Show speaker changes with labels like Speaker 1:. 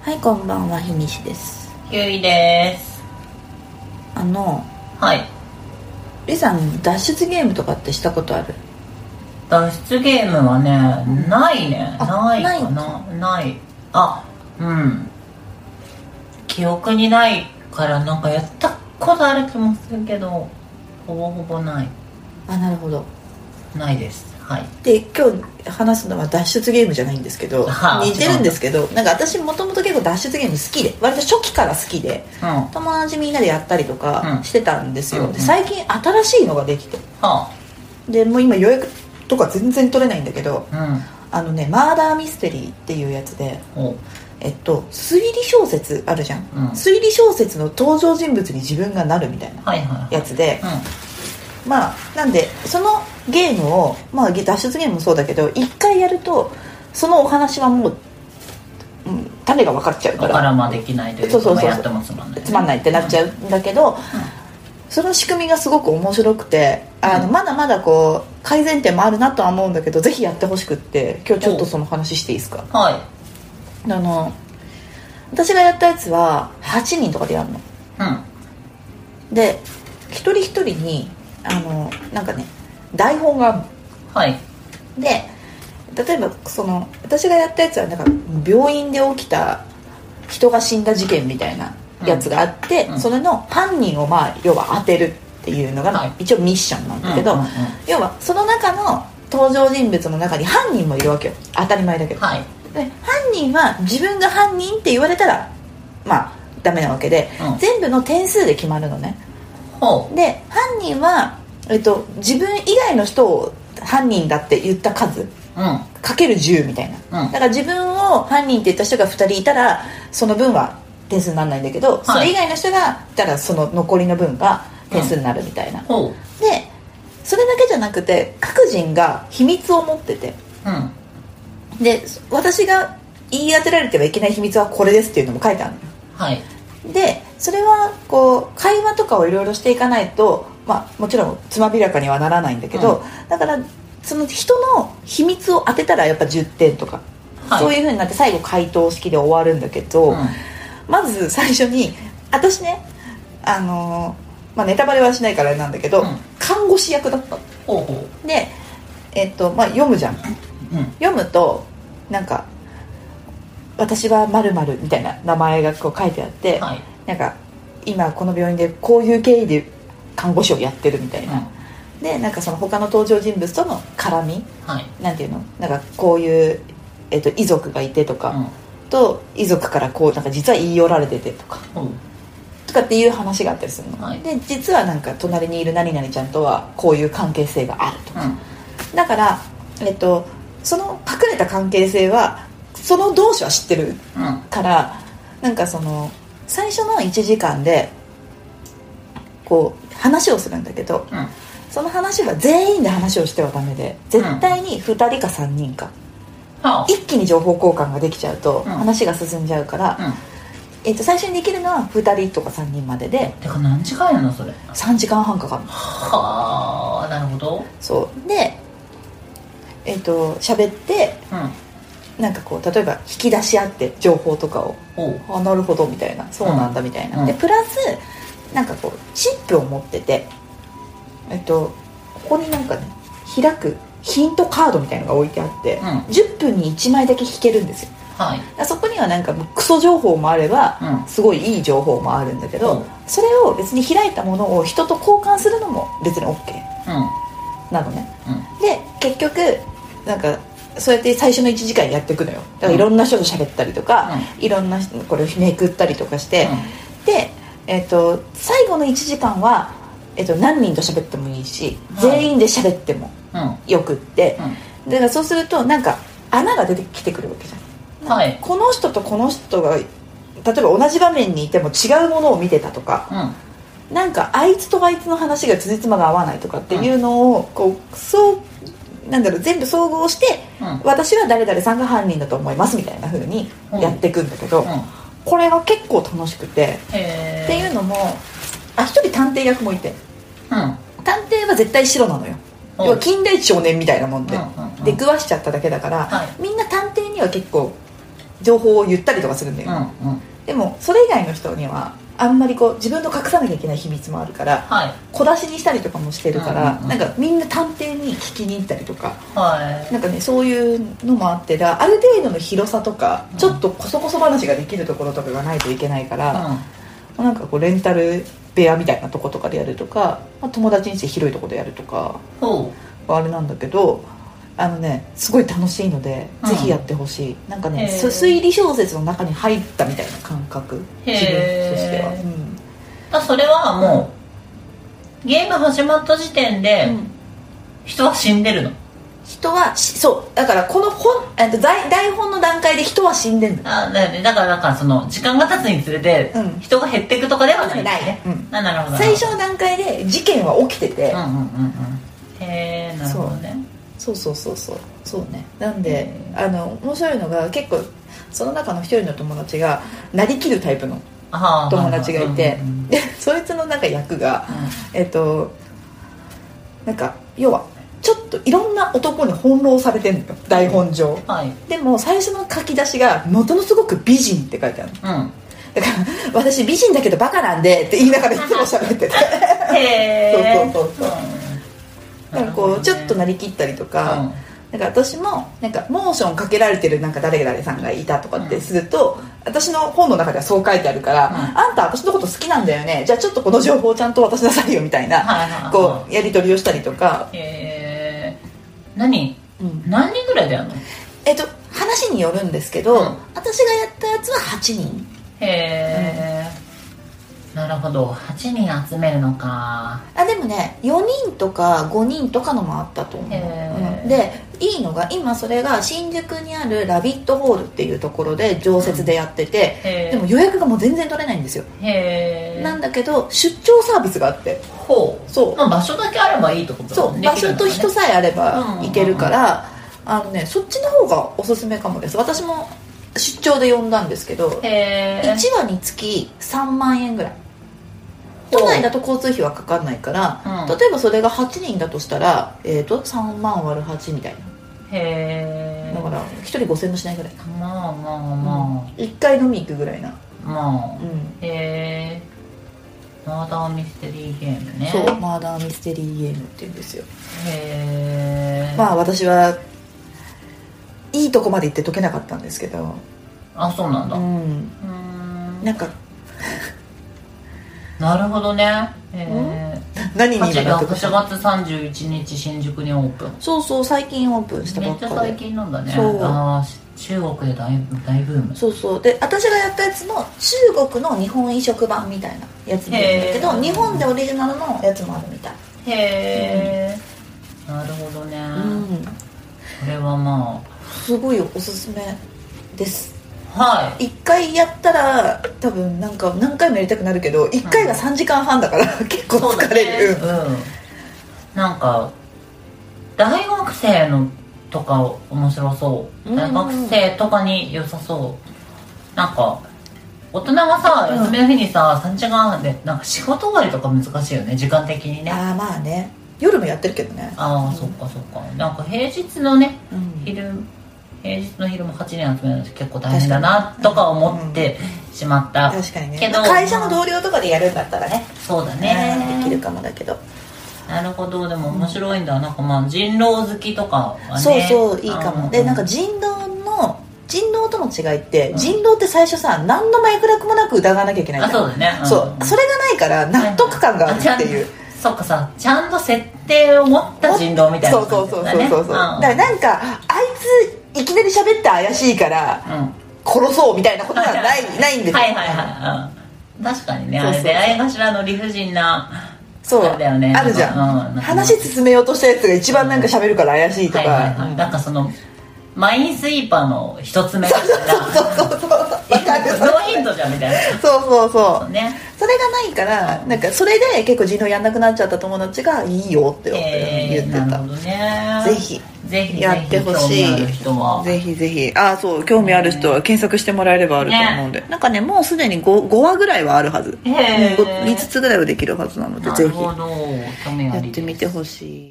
Speaker 1: はいこんばんはひにしです
Speaker 2: ゆいです
Speaker 1: あの
Speaker 2: はい
Speaker 1: りさん脱出ゲームとかってしたことある
Speaker 2: 脱出ゲームはねないね
Speaker 1: あ
Speaker 2: ないかなないあうん記憶にないからなんかやったことある気もするけどほぼほぼない
Speaker 1: あなるほど
Speaker 2: ないですはい
Speaker 1: で今日話すのは脱出ゲームじゃないんですけど
Speaker 2: はあ
Speaker 1: 似てるんですけどなんか私もともと結構脱出ゲーム好きで割と初期から好きで
Speaker 2: うんは
Speaker 1: 友達みんなでやったりとか
Speaker 2: うん
Speaker 1: してたんですよ、
Speaker 2: うんうん
Speaker 1: で最近新しいのができて
Speaker 2: あ
Speaker 1: でもう今予約とか全然取れないんだけど
Speaker 2: うん
Speaker 1: あのねマーダーミステリーっていうやつで
Speaker 2: お
Speaker 1: えっと推理小説あるじゃん、
Speaker 2: うん
Speaker 1: 推理小説の登場人物に自分がなるみたいな
Speaker 2: はいはい
Speaker 1: や
Speaker 2: はい
Speaker 1: つで
Speaker 2: うん
Speaker 1: まあなんでそのゲームを、まあ、脱出ゲームもそうだけど一回やるとそのお話はもう、うん、種が分かっちゃうか
Speaker 2: だ
Speaker 1: ら
Speaker 2: からまあできないというか
Speaker 1: そうそうそうそう
Speaker 2: まあやってもつまんないね、
Speaker 1: つまんないってなっちゃうんだけど、その仕組みがすごく面白くてあの、
Speaker 2: うん
Speaker 1: まだまだこう改善点もあるなとは思うんだけどぜひやってほしくって今日ちょっとその話していいですか
Speaker 2: はい
Speaker 1: あの私がやったやつは8人とかでやるの
Speaker 2: うん
Speaker 1: で一人一人にあのなんかね台本があるの
Speaker 2: はい
Speaker 1: で例えばその私がやったやつはなんか病院で起きた人が死んだ事件みたいなやつがあって、
Speaker 2: うんうん
Speaker 1: それの犯人をまあ要は当てるっていうのが、
Speaker 2: はい
Speaker 1: 一応ミッションなんだけど、
Speaker 2: うんうんうん
Speaker 1: 要はその中の登場人物の中に犯人もいるわけよ当たり前だけど、
Speaker 2: はい
Speaker 1: で犯人は自分が犯人って言われたらまあダメなわけで、
Speaker 2: うん
Speaker 1: 全部の点数で決まるのね、
Speaker 2: ほう
Speaker 1: で犯人は、えっと、自分以外の人を犯人だって言った数
Speaker 2: うんうん
Speaker 1: かける10みたいな、
Speaker 2: うん
Speaker 1: だから自分を犯人って言った人が2人いたらその分は点数にならないんだけど、それ以外の人がいたらその残りの分が点数になるみたいな、
Speaker 2: ほう
Speaker 1: でそれだけじゃなくて各人が秘密を持ってて
Speaker 2: うん
Speaker 1: で私が言い当てられてはいけない秘密はこれですっていうのも書いてあるのよ
Speaker 2: はい
Speaker 1: でそれはこう会話とかをいろいろしていかないと、まあ、もちろんつまびらかにはならないんだけど、だからその人の秘密を当てたらやっぱ10点とか、
Speaker 2: はい
Speaker 1: そういうふうになって最後回答式で終わるんだけど、
Speaker 2: うん
Speaker 1: まず最初に私ねあのーまあ、ネタバレはしないからあれなんだけど、
Speaker 2: うん
Speaker 1: 看護師役だったの
Speaker 2: ほうほ
Speaker 1: で、えっとまあ、読むじゃん
Speaker 2: ううん
Speaker 1: 読むとなんか「私はまるみたいな名前がこう書いてあって、
Speaker 2: はい
Speaker 1: なんか今この病院でこういう経緯で看護師をやってるみたいな、
Speaker 2: う
Speaker 1: でなんかその他の登場人物との絡み
Speaker 2: んはい
Speaker 1: なんていうのなんかこういう、えっと遺族がいてとか、
Speaker 2: う
Speaker 1: と遺族からこうなんか実は言い寄られててとか
Speaker 2: んうん
Speaker 1: とかっていう話があったりするの、
Speaker 2: はい
Speaker 1: で実はなんか隣にいる何々ちゃんとはこういう関係性があるとか、だから、えっとその隠れた関係性はその同士は知ってる
Speaker 2: うんうん
Speaker 1: からなんかその最初の1時間でこう話をするんだけど
Speaker 2: うん
Speaker 1: その話は全員で話をしてはダメで絶対に2人か3人か、
Speaker 2: はあ
Speaker 1: 一気に情報交換ができちゃうと
Speaker 2: うん
Speaker 1: 話が進んじゃうから、
Speaker 2: う
Speaker 1: えっと最初にできるのは2人とか3人までで
Speaker 2: んてか何時間やのそれ
Speaker 1: 3時間半かかるの
Speaker 2: はあなるほど
Speaker 1: そうでえっと喋って
Speaker 2: うん
Speaker 1: なんかこう例えば引き出し合って情報とかを
Speaker 2: おう
Speaker 1: あなるほどみたいなそうなんだみたいな、
Speaker 2: うん
Speaker 1: でプラスなんかこうチップを持っててえっとここになんかね開くヒントカードみたいのが置いてあって、
Speaker 2: うん
Speaker 1: 10分に1枚だけ引けるんですよ
Speaker 2: はい
Speaker 1: あそこにはなんかもうクソ情報もあれば、
Speaker 2: うん
Speaker 1: すごいいい情報もあるんだけど、
Speaker 2: うん
Speaker 1: それを別に開いたものを人と交換するのも別に OK
Speaker 2: うん
Speaker 1: なのね
Speaker 2: うん
Speaker 1: で結局なんかそうやって最初の1時間やっていくのよだからいろんな人と喋ったりとか、いろんな人これをめくったりとかして、で、えっと最後の1時間は、えっと何人と喋ってもいいし、
Speaker 2: はい
Speaker 1: 全員で喋っても
Speaker 2: うんうん
Speaker 1: よくって
Speaker 2: う、ん
Speaker 1: だからそうするとなんか穴が出てきてくるわけじゃん
Speaker 2: はい
Speaker 1: この人とこの人が例えば同じ場面にいても違うものを見てたとか
Speaker 2: うん
Speaker 1: なんかあいつとあいつの話が辻褄が合わないとかっていうのをこうそうなんだろう全部総合して
Speaker 2: うん
Speaker 1: 私は誰々さんが犯人だと思いますみたいな風にやっていくんだけど、
Speaker 2: うん
Speaker 1: これが結構楽しくて、
Speaker 2: へ
Speaker 1: って
Speaker 2: え
Speaker 1: いうのもあ一人探偵役もいて
Speaker 2: うんうん
Speaker 1: 探偵は絶対白なのよ
Speaker 2: うん
Speaker 1: 要は金田一少年みたいなもんで、
Speaker 2: うんうんうん
Speaker 1: 出くわしちゃっただけだから、
Speaker 2: は
Speaker 1: みんな探偵には結構情報を言ったりとかするんだよ、
Speaker 2: うんうん
Speaker 1: でもそれ以外の人にはあんまりこう自分の隠さなきゃいけない秘密もあるから
Speaker 2: はい
Speaker 1: 小出しにしたりとかもしてるから、
Speaker 2: うんうんうん
Speaker 1: なんかみんな探偵に聞きに行ったりとか
Speaker 2: はい
Speaker 1: なんかねそういうのもあってだある程度の広さとか、
Speaker 2: うん
Speaker 1: ちょっとこそこそ話ができるところとかがないといけないから、
Speaker 2: う
Speaker 1: なんかこうレンタル部屋みたいなとことかでやるとか、まあ、友達にして広いとこでやるとか
Speaker 2: んほ
Speaker 1: はあれなんだけどあのねすごい楽しいので、
Speaker 2: うん
Speaker 1: ぜひやってほしいなんかね
Speaker 2: へー
Speaker 1: す推理小説の中に入ったみたいな感覚
Speaker 2: へー
Speaker 1: 自分としては、うん
Speaker 2: うあそれはもうゲーム始まった時点で人は死んでるの
Speaker 1: 人はしそうだからこの本えっと台台本の段階で人は死んでんだ
Speaker 2: あだよねだからなんかその時間が経つにつれて
Speaker 1: うん
Speaker 2: 人が減っていくとかではないんですね
Speaker 1: ないうん
Speaker 2: あなるほど
Speaker 1: 最初の段階で事件は起きてて、
Speaker 2: うんうんうんうんへえなるほどね
Speaker 1: そうそうそうそうそうねなんで
Speaker 2: うん
Speaker 1: あの面白いのが結構その中の一人の友達がなりきるタイプの
Speaker 2: あー
Speaker 1: 友達がいて
Speaker 2: うんうん
Speaker 1: でそいつのなんか役が
Speaker 2: うん
Speaker 1: えっとなんか要はちょっといろんな男に翻弄されてんのよ台本上
Speaker 2: はい
Speaker 1: でも最初の書き出しが「ものすごく美人」って書いてあるの
Speaker 2: う
Speaker 1: だから「私美人だけどバカなんで」って言いながらいつも喋ってて
Speaker 2: んへえ
Speaker 1: そうそうそうそなんかこうちょっとなりきったりとか、なんか私もなんかモーションかけられてるなんか誰々さんがいたとかってすると、私の本の中ではそう書いてあるから、
Speaker 2: うん
Speaker 1: あんた私のこと好きなんだよねじゃあちょっとこの情報をちゃんと渡しなさいよみたいな、こうやり取りをしたりとか、
Speaker 2: うへえ何
Speaker 1: うん
Speaker 2: 何人ぐらいでやるの
Speaker 1: えっと話によるんですけど、
Speaker 2: うん
Speaker 1: 私がやったやつは8人
Speaker 2: へえ、なるほど8人集めるのか
Speaker 1: あでもね4人とか5人とかのもあったと思う、
Speaker 2: へー
Speaker 1: うんでいいのが今それが新宿にあるラビットホールっていうところで常設でやってて、
Speaker 2: へえ
Speaker 1: でも予約がもう全然取れないんですよ
Speaker 2: へえ
Speaker 1: なんだけど出張サービスがあって
Speaker 2: ほう
Speaker 1: そう
Speaker 2: まあ、場所だけあればいいってことだ
Speaker 1: そ
Speaker 2: も
Speaker 1: うん
Speaker 2: ね
Speaker 1: 場所と人
Speaker 2: できるんだ
Speaker 1: さえあれば行けるからあのねそっちの方がおすすめかもです私も出張で呼んだんですけど
Speaker 2: ねへえ
Speaker 1: 1話につき3万円ぐらい都内だと交通費はかかんないから
Speaker 2: うん
Speaker 1: 例えばそれが8人だとしたら、えー、と3万割る8みたい
Speaker 2: へ
Speaker 1: な
Speaker 2: え
Speaker 1: だから1人5000もしないぐらいか
Speaker 2: まあまあ
Speaker 1: な、
Speaker 2: ま
Speaker 1: 1回飲み行くぐらいな、
Speaker 2: あま
Speaker 1: うん
Speaker 2: あへえマーダーミステリーゲームね
Speaker 1: そうマーダーミステリーゲームって言うんですよ
Speaker 2: へえ、
Speaker 1: まあ私はいいとこまで行って解けなかったんですけど
Speaker 2: あそうなんだ
Speaker 1: う
Speaker 2: うんーん
Speaker 1: なんか
Speaker 2: なるほどねへえ
Speaker 1: 何に今
Speaker 2: 8
Speaker 1: な
Speaker 2: が
Speaker 1: って
Speaker 2: 8
Speaker 1: こ
Speaker 2: 月31日新宿にオープン
Speaker 1: そうそう最近オープンした
Speaker 2: め
Speaker 1: ば
Speaker 2: っ
Speaker 1: っ
Speaker 2: ちゃ
Speaker 1: か
Speaker 2: 最
Speaker 1: で
Speaker 2: 近なんだね
Speaker 1: そう
Speaker 2: あーし中国で大ブ大ブーム
Speaker 1: そうそうで私がやったやつの中国の日本移植版みたいなやつもあるんだけ
Speaker 2: へ
Speaker 1: ど
Speaker 2: ー
Speaker 1: 日本でオリジナルのやつもあるみたい
Speaker 2: へえ、なるほどね、
Speaker 1: うん
Speaker 2: これはます
Speaker 1: ごいおすすめです
Speaker 2: あは
Speaker 1: 一回やったら多分なんか何回もやりたくなるけど一回が3時間半だから 結構
Speaker 2: いそうだ
Speaker 1: 疲れる
Speaker 2: ねうんなんか大学生のとか面白そう、
Speaker 1: うん
Speaker 2: 大学生とかに良さそうなんか大人はさ
Speaker 1: うん
Speaker 2: 休みの日にさ3時間半でなんか仕事終わりとか難しいよね時間的にねあ
Speaker 1: ああまあね夜もやってるけどね
Speaker 2: あーそっかそっかなんか平日のね
Speaker 1: うん
Speaker 2: 昼平日の昼も8人集めるのって結構大変だなとか思ってしまった、
Speaker 1: 確かにね
Speaker 2: けど
Speaker 1: 会社の同僚とかでやるんだったらね
Speaker 2: そうだ
Speaker 1: ね
Speaker 2: ね
Speaker 1: できるかもだけど
Speaker 2: なるほどでも面白いんだなんかまあ人狼好きとかはね
Speaker 1: そうそういいかも
Speaker 2: う
Speaker 1: でなんか人狼の人狼との違いって、
Speaker 2: うん
Speaker 1: 人狼って最初さ何の脈絡もなく疑わなきゃいけない
Speaker 2: あ
Speaker 1: じゃ
Speaker 2: そ
Speaker 1: ん
Speaker 2: うだね、ん
Speaker 1: そうそれがないから納得感があるっていう、
Speaker 2: あちゃんそっかさちゃんと設定を持った人狼みたい
Speaker 1: そ
Speaker 2: な
Speaker 1: うそうそうそ
Speaker 2: 感じ
Speaker 1: う
Speaker 2: だね
Speaker 1: そうそうだか
Speaker 2: ん
Speaker 1: らなんかあいついきなり喋って怪しいから
Speaker 2: うん
Speaker 1: 殺そうみたいなことはないないんですよ
Speaker 2: はいはいはい、うん、確かにね
Speaker 1: そうそう
Speaker 2: あれ出会い頭の理不尽な
Speaker 1: そう
Speaker 2: あれだよね
Speaker 1: あるじゃん、
Speaker 2: うん
Speaker 1: 話進めようとしたやつが一番なんか喋るから怪しいとか、
Speaker 2: はいはいはい、
Speaker 1: うん
Speaker 2: なんかそのマインスイーパーの一つ目だから
Speaker 1: そうそうそうそうわかる
Speaker 2: ノーヒントじゃんみたいな
Speaker 1: そうそうそう
Speaker 2: ね
Speaker 1: それがないからなんかそれで結構人狼やんなくなっちゃった友達が「いいよ」って
Speaker 2: え
Speaker 1: 言
Speaker 2: ー、
Speaker 1: って
Speaker 2: なる
Speaker 1: た、
Speaker 2: ほどね
Speaker 1: ぜひ
Speaker 2: ぜひ
Speaker 1: やってほしい
Speaker 2: ぜひ興味ある人は
Speaker 1: ぜひぜひああそう興味ある人は検索してもらえればあると思うんで、なんかねもうすでに 5, 5話ぐらいはあるはず
Speaker 2: へー
Speaker 1: 5つぐらいはできるはずなので
Speaker 2: な
Speaker 1: ぜ
Speaker 2: る
Speaker 1: ひ
Speaker 2: ほど興味
Speaker 1: や
Speaker 2: あ
Speaker 1: っ
Speaker 2: りです
Speaker 1: てみてほしい